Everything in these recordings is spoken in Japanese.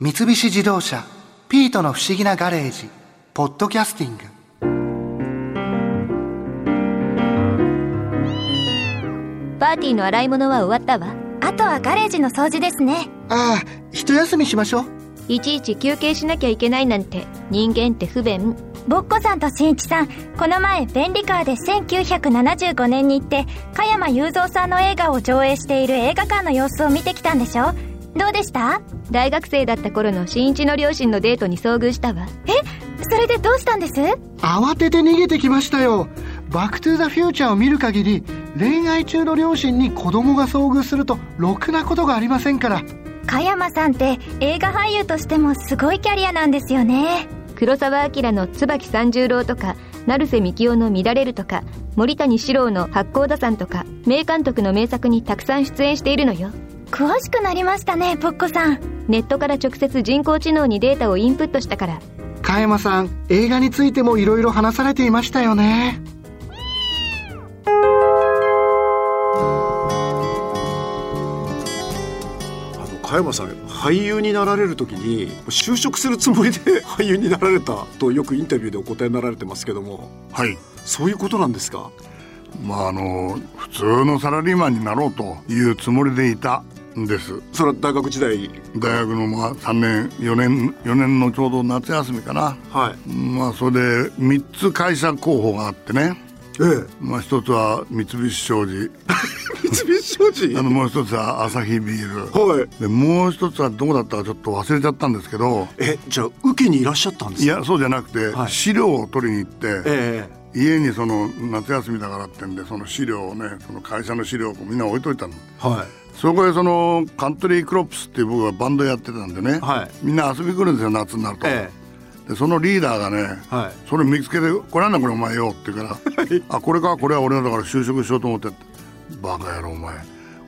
三菱自動車「ピートの不思議なガレージ」「ポッドキャスティング」パーティーの洗い物は終わったわあとはガレージの掃除ですねああ一休みしましょういちいち休憩しなきゃいけないなんて人間って不便ぼっこさんとしんいちさんこの前便利カーで1975年に行って加山雄三さんの映画を上映している映画館の様子を見てきたんでしょどうでした大学生だった頃の新一の両親のデートに遭遇したわえそれでどうしたんです慌てて逃げてきましたよバック・トゥ・ザ・フューチャーを見る限り恋愛中の両親に子供が遭遇するとろくなことがありませんから加山さんって映画俳優としてもすごいキャリアなんですよね黒澤明の椿三十郎とか成瀬幹雄の「乱れる」とか森谷史郎の「八甲田山」とか名監督の名作にたくさん出演しているのよ詳しくなりましたねぼっこさんネットから直接人工知能にデータをインプットしたから加山さん映画についてもいろいろ話されていましたよねあの加山さん俳優になられる時に就職するつもりで 俳優になられたとよくインタビューでお答えになられてますけどもはい。そういうことなんですかまああの普通のサラリーマンになろうというつもりでいたんです。それは大学時代大学のまあ3年4年4年のちょうど夏休みかな。はいまあそれで3つ会社候補があってね。えまあ一つは三菱商事、え三菱商事あのもう一つはアサヒビール。はいでもう一つはどこだったかちょっと忘れちゃったんですけど。えじゃあ受けにいらっしゃったんですかいやそうじゃなくて、はい資料を取りに行って、え家にその夏休みだからってんでその資料をねその会社の資料をみんな置いといたのえはそこでそのカントリークロップスっていう僕はバンドやってたんでね、はいみんな遊びに来るんですよ夏になると、えでそのリーダーがね、えはいそれ見つけて「これなんだこれお前よ」って言うから「あこれかこれは俺だから就職しようと思って」バカ野郎お前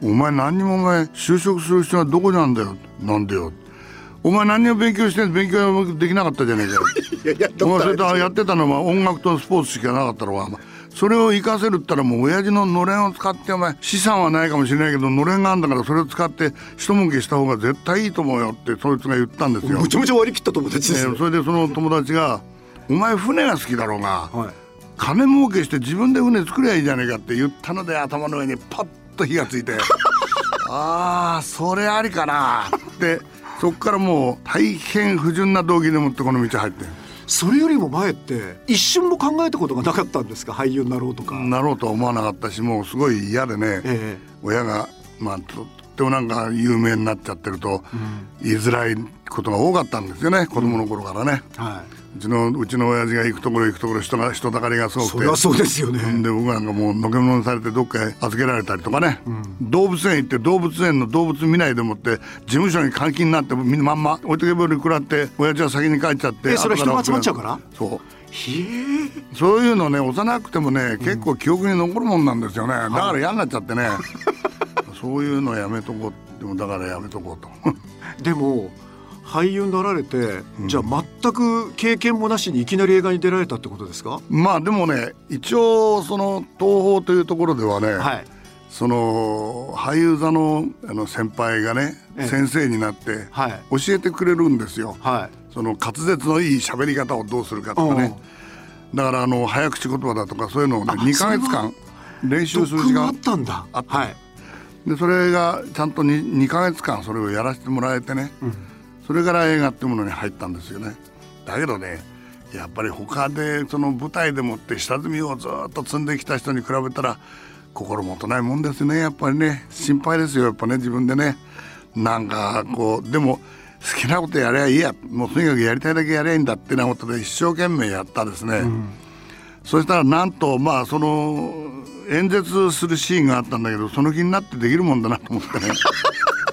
お前何にもお前就職する必要はどこにあんだよ」なんでよ」お前何にも勉強して勉強ができなかったじゃねえかよ」いやいやお前それとやってたのは音楽とスポーツしかなかったろお前それを活かせるったらもう親父ののれんを使ってお前資産はないかもしれないけどのれんがあんだからそれを使って一儲けした方が絶対いいと思うよってそいつが言ったんです よ。むちゃむちゃ割り切った友達えですね、ーそれでその友達が「お前船が好きだろうがはい金儲けして自分で船作りゃいいじゃねえか」って言ったので頭の上にパッと火がつい て「ああそれありかな」ってそっからもう大変不純な動機でもってこの道入ってそれよりも前って一瞬も考えたことがなかったんですか俳優になろうとか、なろうとは思わなかったしもうすごい嫌でね、え親がまあとってもなんか有名になっちゃってると、言いづらいことが多かったんですよね子供の頃からね。えはうちのうちの親父が行くところ行くところ人が人だかりがすごいくてそりゃそうですよね、で僕なんかもうのけものにされてどっかへ預けられたりとかね、動物園行って動物園の動物見ないでもって事務所に監禁になってみんなまんま置いとけぼり食らって親父は先に帰っちゃってえそれは人が集まっちゃう後かららそうひえそういうのね幼くてもね結構記憶に残るもんなんですよね、だから嫌になっちゃって ねそういうのやめとこうでもだからやめとこうと でも俳優になられて、じゃあ全く経験もなしにいきなり映画に出られたってことですかまあでもね一応その東宝というところではね、はいその俳優座のあの先輩がね、ええ先生になってはい教えてくれるんですよ、はいその滑舌のいい喋り方をどうするかとかねだからあの早口言葉だとかそういうのをね2ヶ月間練習する毒時があ間ったんだあったはいでそれがちゃんと 2, 2ヶ月間それをやらせてもらえてね、それから映画ってものに入ったんですよねだけどねやっぱり他でその舞台でもって下積みをずっと積んできた人に比べたら心もとないもんですねやっぱりね心配ですよやっぱね自分でねなんかこうでも好きなことやりゃいいやもうとにかくやりたいだけやりゃいいんだってなことで一生懸命やったですね、そしたらなんとまあその演説するシーンがあったんだけどその気になってできるもんだなと思ってね。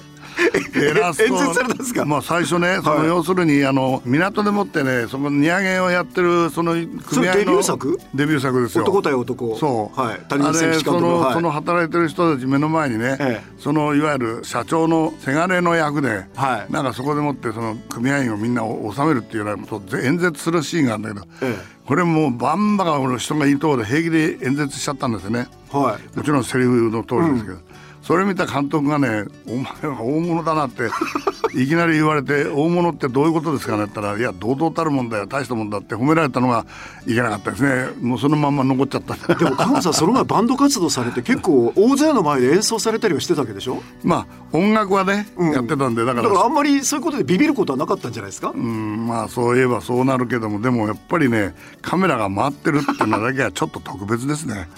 偉そう 演説されたんですかまあ最初ね、その要するにあの港でもってね、その荷揚げをやってるその組合のそれデビュー作デビュー作ですよ。男対男そう。はい谷口選手監督あれその、はいその働いてる人たち目の前にね、ええそのいわゆる社長のせがれの役で、はいなんかそこでもってその組合員をみんなお収めるっていうようなこと演説するシーンがあるんだけど、ええこれもうバンバカ俺人がいいところで平気で演説しちゃったんですよね。はもちろんセリフの通りですけど、それ見た監督がね「お前は大物だな」って いきなり言われて「大物ってどういうことですかね?」って言ったら「いや堂々たるもんだよ大したもんだ」って褒められたのがいけなかったですねもうそのまんま残っちゃったでも加山さんその前バンド活動されて結構大勢の前で演奏されたりはしてたわけでしょ、まあ音楽はね、うんやってたんでだだかかららあんまりそういうことでビビることはなかったんじゃないですか、うんまあそういえばそうなるけどもでもやっぱりねカメラが回ってるっていうのだけはちょっと特別ですね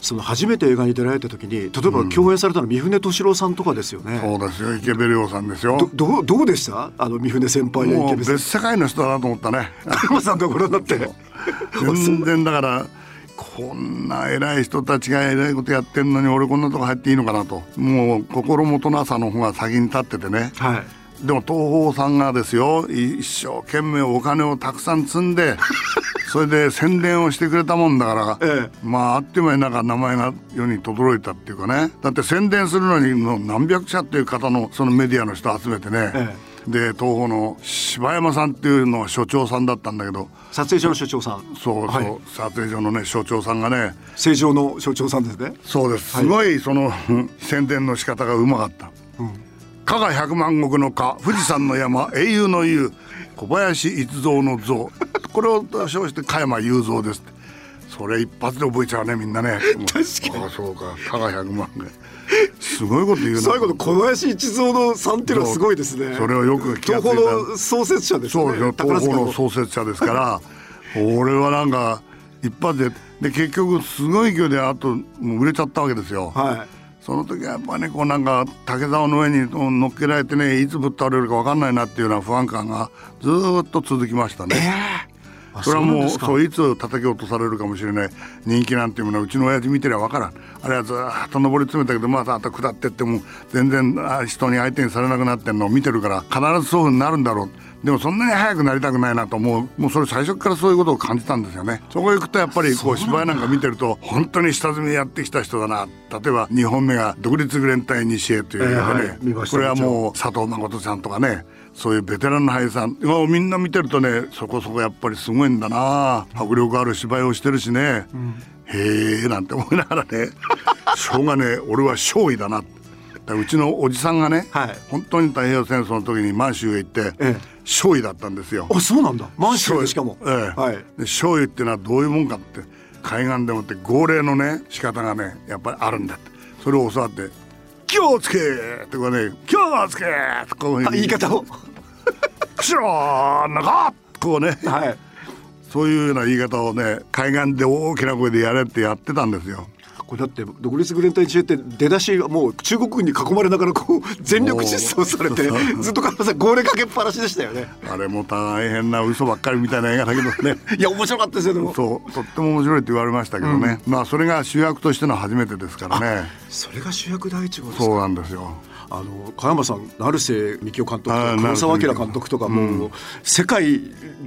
その初めて映画に出られた時に例えば共演されたの三船敏郎さんとかですよね、そうですよ池部亮さんですよどどうどうでしたあの三船先輩やもう池部さん別世界の人だなと思ったね加山さんとご覧になって 全然だからこんな偉い人たちが偉いことやってんのに俺こんなとこ入っていいのかなともう心もとなさの方が先に立っててねはいでも東宝さんがですよい一生懸命お金をたくさん積 んでそれで宣伝をしてくれたもんだから、えまああっという間になんか名前が世に轟いたっていうかねだって宣伝するのにもう何百社っていう方のそのメディアの人集めてね、えで東宝の柴山さんっていうのは所長さんだったんだけど撮影所の所長さんそうそう、はい撮影所のね所長さんがね正常の所長さんですねそうですすごいその、 うん宣伝の仕方がうまかった「加賀百万石の加富士山の 山英雄の雄小林逸三の像」これを称して加山雄三ですってそれ一発で覚えちゃうねみんなね 確かにああそうか加賀百万石すごいこと言うな最後の小林一三のさんっていうのはすごいですねそれはよく気が東ついた宝の創設者ですねそうですよ宝東塚宝のの創設者ですから俺はなんか一発でで結局すごい勢いであともう売れちゃったわけですよ、はいその時はやっぱねこうなんか竹竿の上に乗っけられてねいつぶっ倒れるか分かんないなっていうような不安感がずーっと続きましたね。それはもうそういつ叩き落とされるかもしれない人気なんていうものはうちの親父見てりゃ分からんあれはずーっと上り詰めたけどまたあと下ってっても全然あ人に相手にされなくなってんのを見てるから必ずそういうふうになるんだろうでもそんなに早くなりたくないなと思うもうそれ最初からそういうことを感じたんですよねそこへ行くとやっぱりこう芝居なんか見てると本当に下積みやってきた人だな例えば2本目が「独立連隊西へ」という映画ええではねい見ましたこれはもう佐藤誠さんとかねそういうベテランの俳優さんをみんな見てるとねそこそこやっぱりすごいんだな迫力ある芝居をしてるしね、へえなんて思いながら ねしょうがね俺は勝利だなだうちのおじさんがね、はい本当に太平洋戦争の時に満州へ行って、ええ勝利だったんですよ。あそうなんだ満州で醤油しかも、ええはいで醤油っていうのはどういうもんかって海岸でもって号令のね仕方がねやっぱりあるんだってそれを教わって「気をつけ!」とかね「気をつけ!」とこういうふあうに言い方を「くしろなか!」こうね、はいそういうような言い方をね海岸で大きな声でやれってやってたんですよ。これだって独立グレンタイ中って出だしがもう中国軍に囲まれながらこう全力疾走されておーずっと加山さん号令かけっぱなしでしたよねあれも大変な嘘ばっかりみたいな映画だけど ねいや面白かったですよでもそうとっても面白いって言われましたけどね、まあそれが主役としての初めてですからねそれが主役第一号ですかそうなんですよ。あの加山さん成瀬幹雄監督とあかー黒澤成瀬明幹雄監督とかも、う世界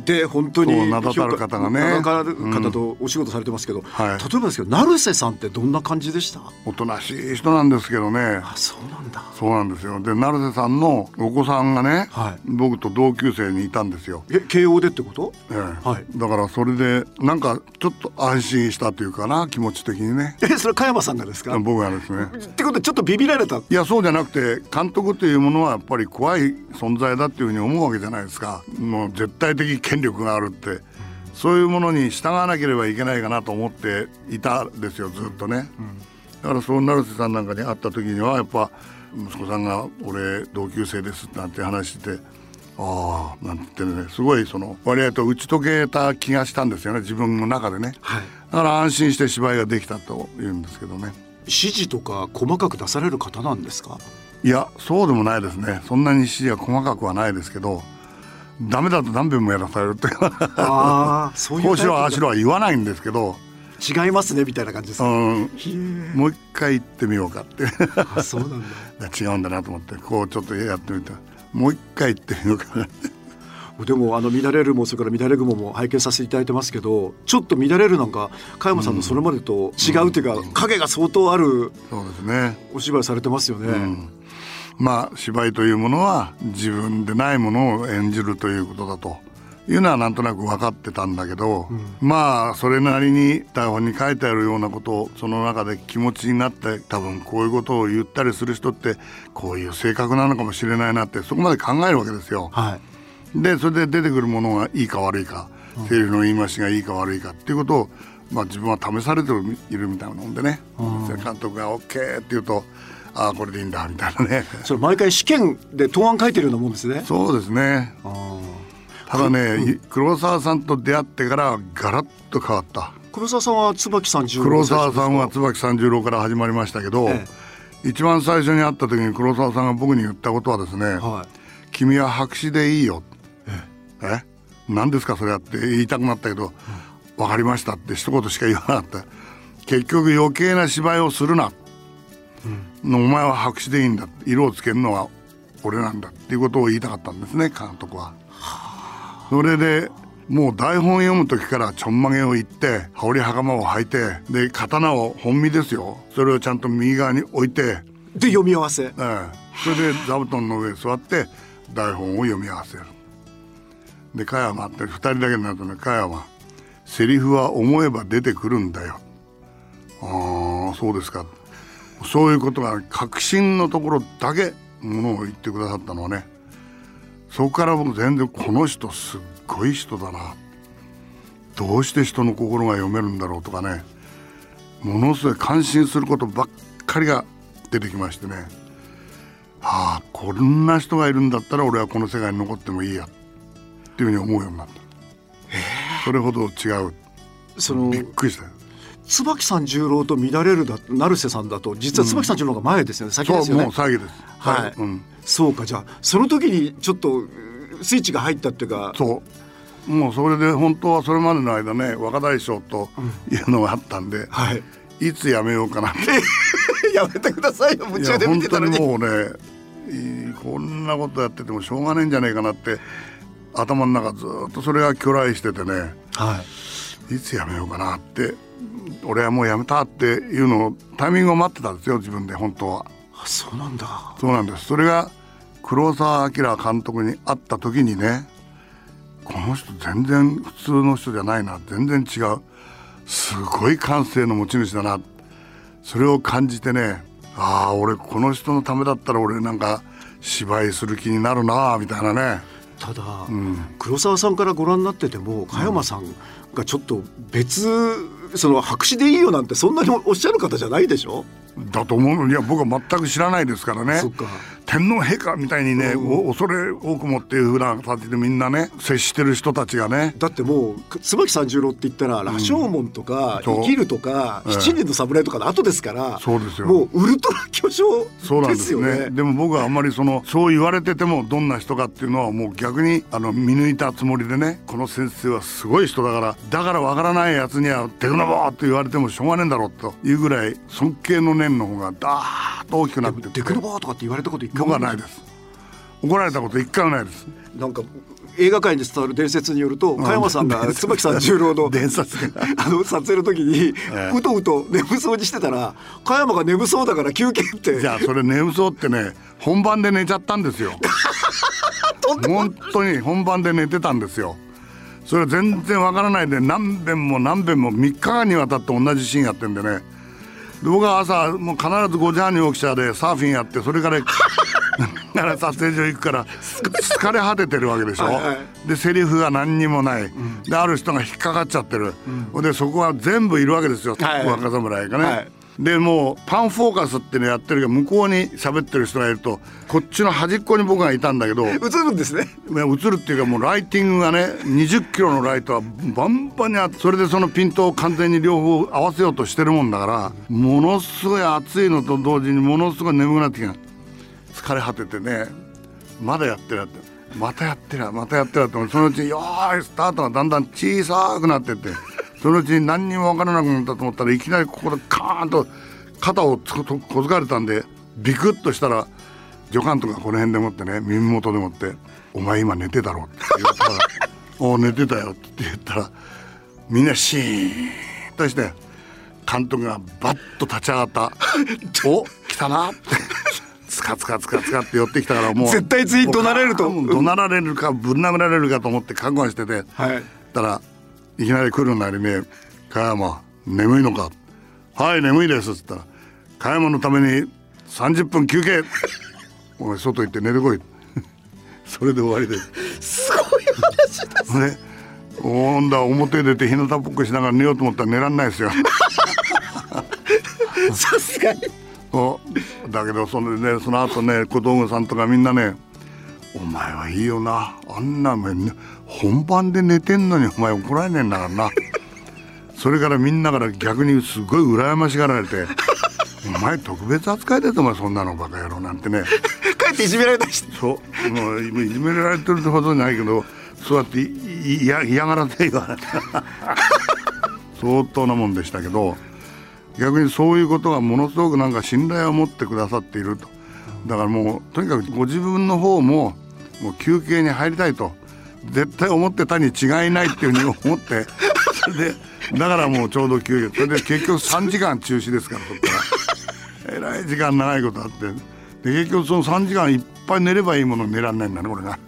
で本当そうに名だたる方がね評価名だたる方とお仕事されてますけど、はい例えばですけど成瀬さんってどんな感じでしたおとなしい人なんですけどねあそうなんだそうなんですよで成瀬さんのお子さんがね、はい僕と同級生にいたんですよ、え慶応でってこと、ええはいだからそれでなんかちょっと安心したというかな気持ち的にねえそれ加山さんがですか、僕がですねってことでちょっとビビられたいやそうじゃなくて監督というものはやっぱり怖い存在だっていうふうに思うわけじゃないですかもう絶対的権力があるってそういうものに従わなければいけないかなと思っていたんですよずっとね、だからそう成瀬さんなんかに会った時にはやっぱ息子さんが「俺同級生です」なんて話して「ああ」なんて言ってねすごいその割合と打ち解けた気がしたんですよね自分の中でね、はいだから安心して芝居ができたというんですけどね指示とか細かく出される方なんですかいやそうでもないですねそんなに指示は細かくはないですけどダメだと何遍もやらされるっていうああ そういうこうしろああタイしろは言わないんですけど、プだ違いますねみたいな感じですうか、ん、へーもう一回行ってみようかって あそうなんだ違うんだなと思ってこうちょっとやってみたもう一回行ってみようかなでもあの乱れるもそれから乱れ雲も拝見させていただいてますけどちょっと乱れるなんか加山さんのそれまでと違うというか、影が相当あるそうですねお芝居されてますよね、まあ芝居というものは自分でないものを演じるということだというのはなんとなく分かってたんだけど、まあそれなりに台本に書いてあるようなことをその中で気持ちになって多分こういうことを言ったりする人ってこういう性格なのかもしれないなってそこまで考えるわけですよ。はいでそれで出てくるものがいいか悪いか、セリフの言い回しがいいか悪いかっていうことを、まあ、自分は試されているみたいなもんでね、監督が OK って言うとああこれでいいんだみたいなねそれ毎回試験で答案書いてるようなもんですねそうですねあただね、い黒沢さんと出会ってからガラッと変わったー黒沢さんは椿さん十黒沢さんは椿三十郎から始まりましたけど、え一番最初に会った時に黒沢さんが僕に言ったことはですね、はい君は白紙でいいよ」え何ですかそれやって言いたくなったけど「分かりました」って一言しか言わなかった結局余計な芝居をするな、のお前は白紙でいいんだ色をつけるのは俺なんだっていうことを言いたかったんですね監督は。それでもう台本読む時からちょんまげを言って羽織袴を履いてで刀を本身ですよそれをちゃんと右側に置いてで読み合わせええ、それで座布団の上に座って台本を読み合わせるで加山って2人だけになるとね加山「セリフは思えば出てくるんだよ」ああそうですかそういうことが確信のところだけものを言ってくださったのはねそこから僕全然この人すっごい人だなどうして人の心が読めるんだろうとかねものすごい感心することばっかりが出てきましてねああこんな人がいるんだったら俺はこの世界に残ってもいいやっていうふうに思うようになった、それほど違うそのびっくりしたよ椿さん十郎と乱れるだ成瀬さんだと実は椿さん十郎の方が前ですよね、先ですそうよねもう詐欺ですはい、うん、そうかじゃあその時にちょっとうースイッチが入ったっていうかそうもうそれで本当はそれまでの間ね若大将というのがあったんで、はいいつやめようか なってやめてくださいよ夢い中やで見本てた当のににもうねいいこんなことやっててもしょうがねえんじゃねえかなって頭の中ずっとそれが去来しててねはいいつやめようかなって俺はもうやめたっていうのをタイミングを待ってたんですよ自分で本当はあそうなんだそうなんですそれが黒澤明監督に会った時にねこの人全然普通の人じゃないな全然違うすごい感性の持ち主だなそれを感じてねああ俺この人のためだったら俺なんか芝居する気になるなあみたいなねただ、黒沢さんからご覧になってても加山さんがちょっと別その白紙でいいよなんてそんなにおっしゃる方じゃないでしょだと思ういや僕は全く知らないですからねそっか天皇陛下みたいにね、お恐れ多くもっていうふうな形でみんなね接してる人たちがねだってもうく椿三十郎って言ったら「羅生門」とか「そう生きる」とか「ええ七人の侍」とかの後ですからそうですよもうウルトラ巨匠そうなんでですすよねね。でも僕はあんまりそのそう言われててもどんな人かっていうのはもう逆にあの見抜いたつもりでねこの先生はすごい人だからだからわからないやつには「テクノボー!」って言われてもしょうがねえんだろうというぐらい尊敬の念の方がダーッと大きくなってってデクノバーとかって言われたこと一回僕もはないです怒られたこと一回もないですなんか映画界に伝わる伝説によると加山さんが伝説椿三十郎の伝説 あの撮影の時にええうとうと眠そうにしてたら加山が眠そうだから休憩ってじゃあそれ眠そうってね本番で寝ちゃったんで すよ本当に本番で寝てたんですよそれ全然わからないで何遍も何遍も3日間にわたって同じシーンやってんでねで僕は朝もう必ず5時半に起きちゃうでサーフィンやってそれから から撮影所行くから疲れ果ててるわけでしょはいはでセリフが何にもない、である人が引っかかっちゃってる、でそこは全部いるわけですよ、はい若侍がね、はいでもうパンフォーカスっていうのやってるけど向こうに喋ってる人がいるとこっちの端っこに僕がいたんだけどいや映るんですね。映るっていうかもうライティングがね20キロのライトはバンバンにあってそれでそのピントを完全に両方合わせようとしてるもんだからものすごい暑いのと同時にものすごい眠くなってきた疲れ果ててねまだやってるやってるまたやってるやまたやってるやってそのうちによーいスタートがだんだん小さくなってってそのうちに何にも分からなくなったと思ったらいきなりここでカーンと肩をつこと小づかれたんでビクッとしたら助監督がこの辺でもってね耳元でもって「お前今寝てたろ」って言ったら「おう寝てたよ」って言ったらみんなシーンとして 監督がバッと立ち上がった「お来たな」って。カツカツカツカって寄ってきたからもう絶対次怒鳴られるともう怒鳴られるかぶん殴られるかと思って覚悟してて、はいたらいきなり来るなりね「加山眠いのか?」「はい眠いです」っつったら「加山のために30分休憩お前外行って寝てこい」 それで終わりです。すごい話だね、おんだ表出て日向ぼっこしながら寝ようと思ったら寝らんないですよ。さすがにおだけどそのねその後ね小道具さんとかみんなね「お前はいいよなあんなめんね本番で寝てんのにお前怒られねえんだからな」それからみんなから逆にすごい羨ましがられて「お前特別扱いだぞお前そんなのバカ野郎」なんてね帰っていじめられたりしてそうもう今いじめられてるってほどじゃないけどそうやっていいや嫌がらせ言われた相当なもんでしたけど逆にそういうことがものすごくなんか信頼を持ってくださっているとだからもうとにかくご自分の方ももう休憩に入りたいと絶対思ってたに違いないっていうふうに思ってそれでだからもうちょうど休憩それで結局3時間中止ですからそっから。えらい時間長いことあってで結局その3時間いっぱい寝ればいいものを寝らんないんだ ね俺が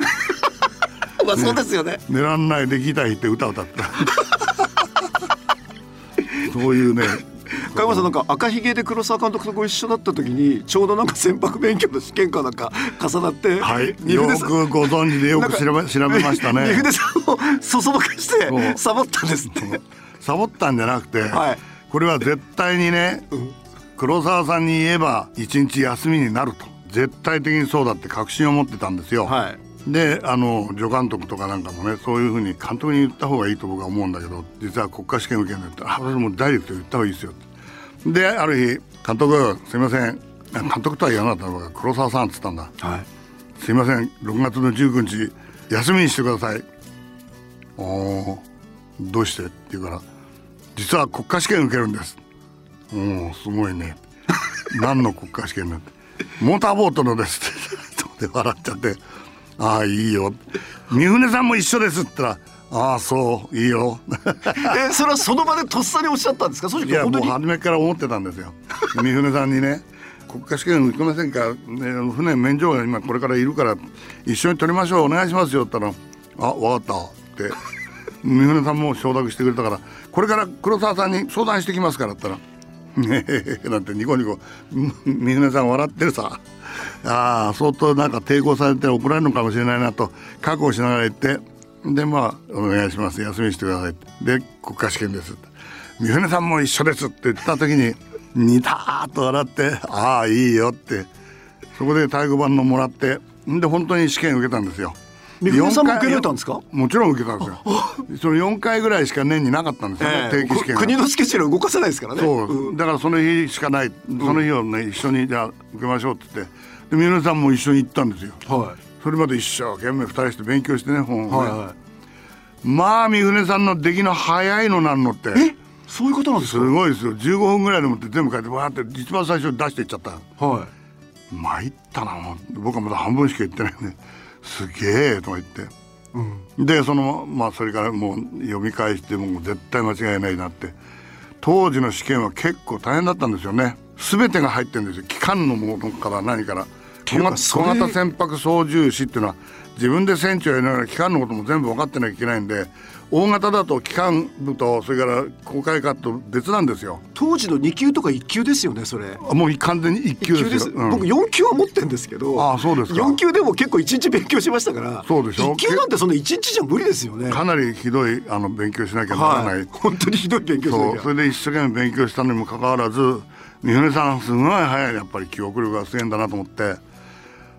まあそうですよね寝らんないでギター弾いて歌歌った そういうね加山さんなんか赤ひげで黒沢監督とご一緒だった時にちょうどなんか船舶免許の試験かなんか重なって はい二よ船さんくご存知でよなんくか調べ調べました 二ね船さんをそそのかしそうてサボったんですってサボったんじゃなくて、はいこれは絶対にね、黒沢さんに言えば一日休みになると絶対的にそうだって確信を持ってたんですよ、はいであの助監督とかなんかもねそういうふうに監督に言った方がいいと僕は思うんだけど実は国家試験受けるんだったら「あ私もうダイレクトに言った方がいいですよ」ってである日「監督すいませんあ監督とは言わなかったのが黒沢さん」っつったんだはい「すいません6月の19日休みにしてください」「おおどうして?」って言うから「実は国家試験受けるんです」「うんすごいね」 何の国家試験なんてモーターボートのです」 ってで笑っちゃって「ああいいよ」「三船さんも一緒です」って言ったら「ああそういいよ」えそれはその場でとっさにおっしゃったんですかそしいてや本当もうに初めから思ってたんですよ 三船さんにね国家試験受けませんか、ね、船免除が今これからいるから一緒に取りましょうお願いしますよって言ったら「あ分かった」って三船さんも承諾してくれたからこれから黒沢さんに相談してきますからって言ったら「ねえ」なんてニコニコうん三船さん笑ってるさああ相当なんか抵抗されて怒られるのかもしれないなと覚悟しながら言ってでまあ「お願いします休みにしてください」で国家試験ですって」三船さんも一緒ですって言った時にニターッと笑って「ああいいよ」ってそこで太鼓判のもらってんで本当に試験受けたんですよ。三船さんも四受回けられたんですかもちろん受けたんですよ。その4回ぐらいしか年になかったんですよね、ええ定期試験が。国のスケジュール動かせないですからねそう、うんだからその日しかないその日をね、一緒にじゃあ受けましょうって言ってで三浦さんも一緒に行ったんですよはそれまで一生懸命二人して勉強してね本をいね、はいはいまあ三船さんの出来の早いのなんのってえそういうことなんですすかごいですよ15分ぐらいでもって全部書いてわーって一番最初に出していっちゃったは参ったなもう僕はまだ半分しか言ってないねすげえとか言ってい、うん、でそのまあそれからもう読み返してもう絶対間違いないなって当時の試験は結構大変だったんですよね全てが入ってるんですよ機関のものから何からてい小うか型それ小型船舶操縦士っていうのは自分で船長やりながら機関のことも全部分かってなきゃいけないんで大型だと機関部とそれから航海課と別なんですよ当時の二級とか一級ですよねそれあもう完全に一級ですようん僕4級は持ってるんですけどああそうですか4級でも結構1日勉強しましたからそうでしょ1級なんてその1日じゃ無理ですよねかなりひどいあの勉強しなきゃならない、はい、本当にひどい勉強しそなうきゃそれで一生懸命勉強したのにもかかわらず三船さんすごい早いやっぱり記憶力がすげえんだなと思って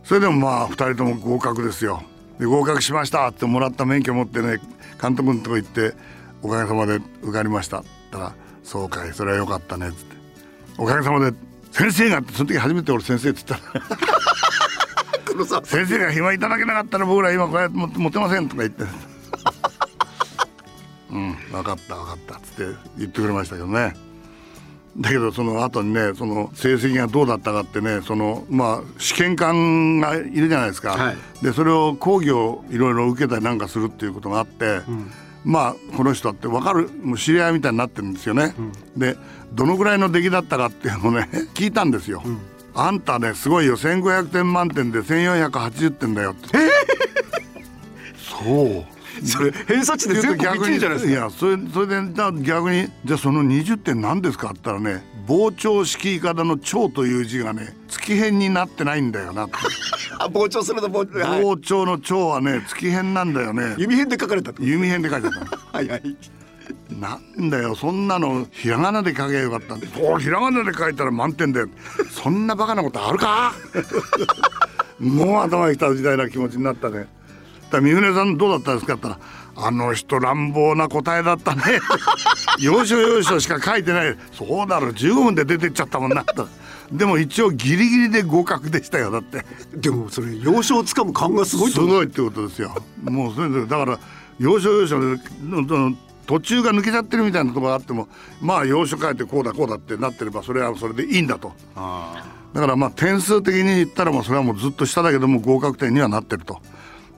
それでもまあ2人とも合格ですよで合格しましたってもらった免許持ってね監督のとこ行って「おかげさまで受かりました」って言ったら「そうかいそれはよかったね」っつって「おかげさまで先生が」ってその時初めて俺先生って言ったら黒沢「先生が暇いただけなかったら僕ら今こうやって持てません」とか言って「うん分かった分かった」っつって言ってくれましたけどね。だけどその後にねその成績がどうだったかってねそのまあ試験官がいるじゃないですか、はいでそれを講義をいろいろ受けたりなんかするっていうことがあって、まあこの人だって分かるもう知り合い みたいになってるんですよね、でどのぐらいの出来だったかっていうのをね聞いたんですよ、あんたねすごいよ1500点満点で1480点だよってそうそれ偏差値で全国1位じゃないですかいやそれそれでじゃあ逆にじゃあその20点何ですかって言ったらね膨張式いかだの「長」という字がね月変になってないんだ よなってあ膨張するの膨張、はい膨張の「長」はね月変なんだよね弓編で書かれたってこ弓変で書いてあったとはいはいなんだよそんなのひらがなで書けばよかったんだおひらがなで書いたら満点だよそんなバカなことあるか もう頭がきた時代な気持ちになったねだから三船さんどうだったですかって言ったらあの人乱暴な答えだったね 要所要所しか書いてないそうだろ15分で出てっちゃったもんなとでも一応ギリギリで合格でしたよだってでもそれ要所をつかむ感がすごいすと思うごいってことですよもうそれでだから要所要所でのの途中が抜けちゃってるみたいなところがあってもまあ要所変えてこうだこうだってなってればそれはそれでいいんだとだからまあ点数的に言ったらもうそれはもうずっと下だけども合格点にはなってると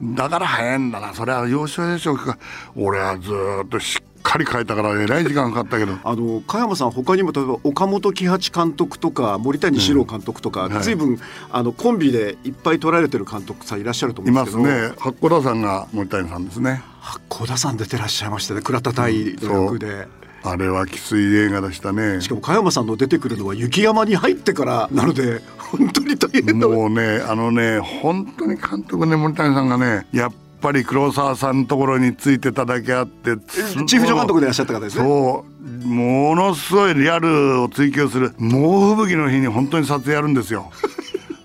だから早いんだなそれは要所要所か俺はずーっとしっかり変えたからえらい時間かかったけどあの加山さん他にも例えば岡本喜八監督とか森谷史郎監督とか、はい随分あのコンビでいっぱい取られてる監督さんいらっしゃると思いうんでますけすどね八甲田さんが森谷さんですね八甲田さん出てらっしゃいましたね倉田隊のそう役で。あれはきつい映画でしたねしかも加山さんの出てくるのは雪山に入ってからなので本当に大変だもうねあのね本当に監督ね森谷さんがねやっぱり黒沢さんのところについてただけあっチてーフ助監督でいらっしゃった方ですねそうものすごいリアルを追求する猛吹雪の日に本当に撮影やるんですよ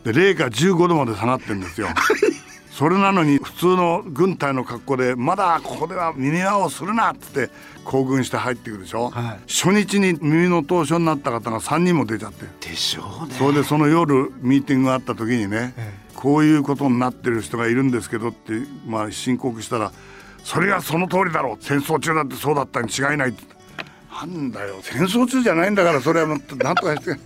で零下15度まで下がってんですよそれなのに普通の軍隊の格好でまだここでは耳輪をするなっつって行軍して入ってくるでしょ、はい初日に耳の凍傷になった方が3人も出ちゃってでしょうねそれでその夜ミーティングがあった時にね、こういうことになってる人がいるんですけどって、まあ、申告したら「それはその通りだろう戦争中だってそうだったに違いない」ってなんだよ戦争中じゃないんだからそれはもうなんとかして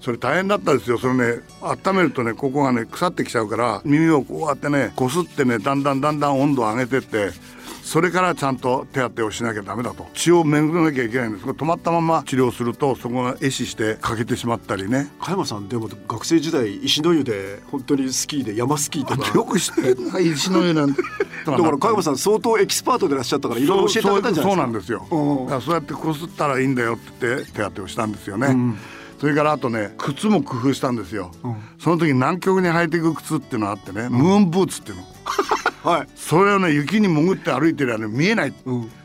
それ大変だったですよそれね温めるとねここがね腐ってきちゃうから耳をこうやってねこすってねだんだんだんだん温度を上げてってそれからちゃんと手当てをしなきゃダメだと血を巡らなきゃいけないんですが止まったまま治療するとそこが壊死して欠けてしまったりね加山さんでも学生時代石の湯で本当にスキーで山スキーとかよく知って んな石の湯 なんてだから加山さん相当エキスパートでいらっしゃったからいろいろ教えてあげたんじゃないですかそうそうなんですよだからそうやってこすったらいいんだよって言って手当てをしたんですよね、それからあとね靴も工夫したんですよ、その時南極に履いていく靴っていうのがあってね、ムーンブーツっていうのはいそれをね雪に潜って歩いてるやね見えない、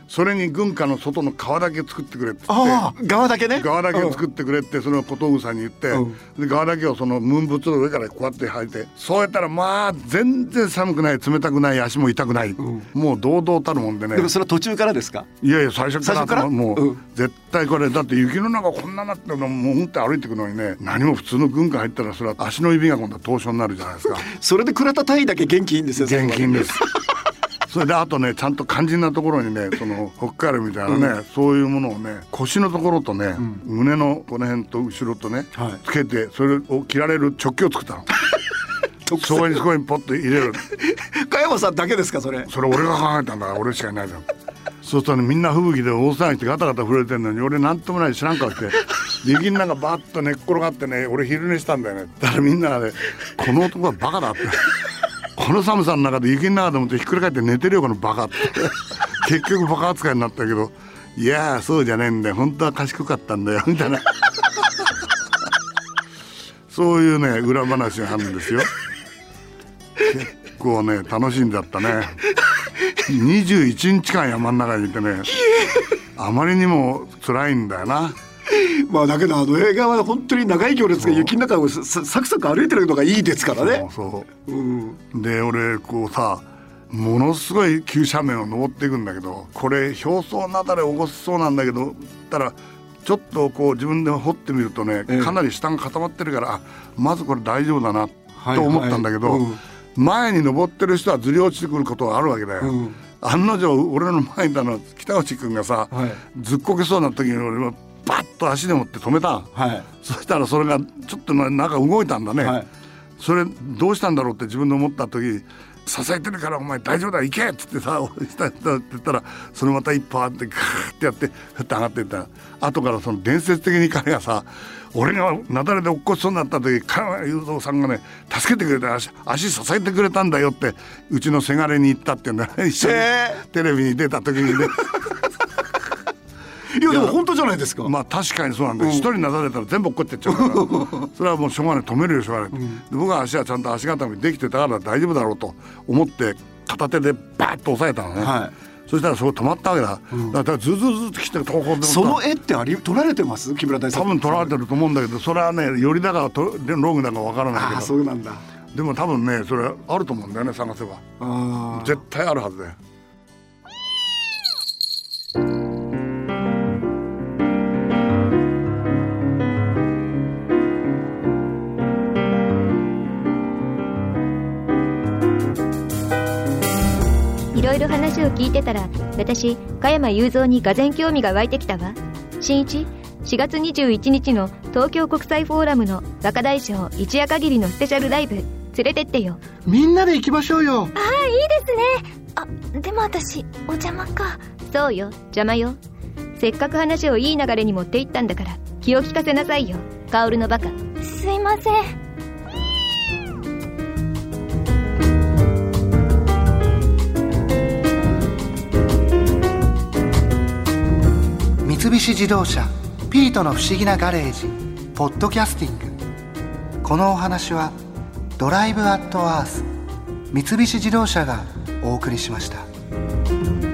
それに軍家の外の皮だけ作ってくれって言ってああ側だけね側だけを作ってくれってその小峠さんに言って、で側だけをそのムーンブーツの上からこうやって履いてそうやったらまあ全然寒くない冷たくない足も痛くない、もう堂々たるもんでねでもそれは途中からですかいやいや最初から最初からもう、うん絶対これだって雪の中こんななってるのもううんって歩いてくのにね何も普通の軍家入ったらそれは足の指が今度は凍傷になるじゃないですかそれで倉田隊だけ元気いいんですよ現金で すす。それであとねちゃんと肝心なところにねその北海道みたいなね、そういうものをね腰のところとね、胸のこの辺と後ろとね、はいつけてそれを着られる直ョッキを 作ったの特そ徴こにそこにポッと入れる加山さんだけですかそれそれ俺が考えたんだから俺しかいないじゃんそうするとねみんな吹雪で大騒ぎしてガタガタ震えてるのに俺なんともないし知らんかって雪の中バッと寝っ転がってね俺昼寝したんだよねだからみんながねこの男はバカだってこの寒さの中で雪の中でもってひっくり返って寝てるよこのバカって結局バカ扱いになったけどいやーそうじゃねえんだよ本当は賢かったんだよみたいなそういうね裏話があるんですよ結構ね楽しんじゃったね21日間山の中にいてねあまりにも辛いんだよなまあだけどあの映画は本当に長い行列が雪の中をささサクサク歩いてるのがいいですからねそううんそうで俺こうさものすごい急斜面を登っていくんだけどこれ表層なだれ起こしそうなんだけどたらちょっとこう自分で掘ってみるとねええかなり下が固まってるからあまずこれ大丈夫だなはいと思ったんだけど、はいうん前に登ってる人はずり落ちてくることがあるわけだよ。うん案の定俺の前にいたの北内君がさ、はいずっこけそうな時に俺はバッと足で持って止めた、はいそしたらそれがちょっとななんか動いたんだね、はいそれどうしたんだろうって自分で思った時支えてるからお前大丈夫だ行けっつってさ俺したって言ったらそれまた一歩あってガーってやってふって上がっていったら後からその伝説的に彼がさ俺が雪崩で落っこちそうになった時加山雄三さんがね助けてくれた足足支えてくれたんだよってうちのせがれに行ったっていうんだよね一緒にへテレビに出た時にね いやでも本当じゃないですか、まあ確かにそうなんだよ一、人なだれたら全部落っこってっちゃうからそれはもうしょうがない止めるよしょうがない、で僕は足はちゃんと足固めできてたから大丈夫だろうと思って片手でバーッと押さえたのね、はそしたらそこ止まったわけだ、だからずずずっと来て投稿でその絵ってあり撮られてます木村大さん多分取られてると思うんだけどそれはねよりだかとでロングだかわからないああけそどうなんだでも多分ねそれあると思うんだよね探せばあ絶対あるはずだよいろいろ話を聞いてたら私加山雄三にがぜ興味が湧いてきたわ新一4月21日の東京国際フォーラムの若大将一夜限りのスペシャルライブ連れてってよみんなで行きましょうよあでも私お邪魔かそうよ邪魔よせっかく話をいい流れに持っていったんだから気を利かせなさいよカオルのバカすいません三菱自動車「ピートの不思議なガレージ」「ポッドキャスティング」このお話は「ドライブ・アット・アース」三菱自動車がお送りしました。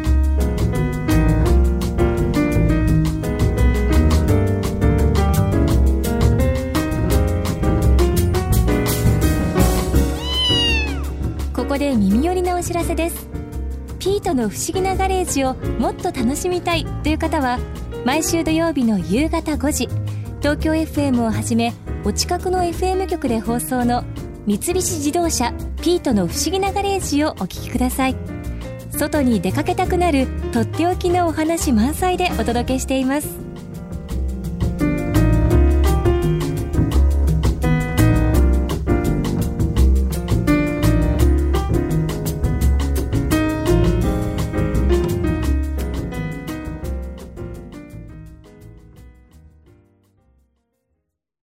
ここで耳寄りなお知らせですピートの不思議なガレージをもっと楽しみたいという方は毎週土曜日の夕方5時東京 FM をはじめお近くの FM 局で放送の三菱自動車ピートの不思議なガレージをお聞きください外に出かけたくなるとっておきのお話満載でお届けしています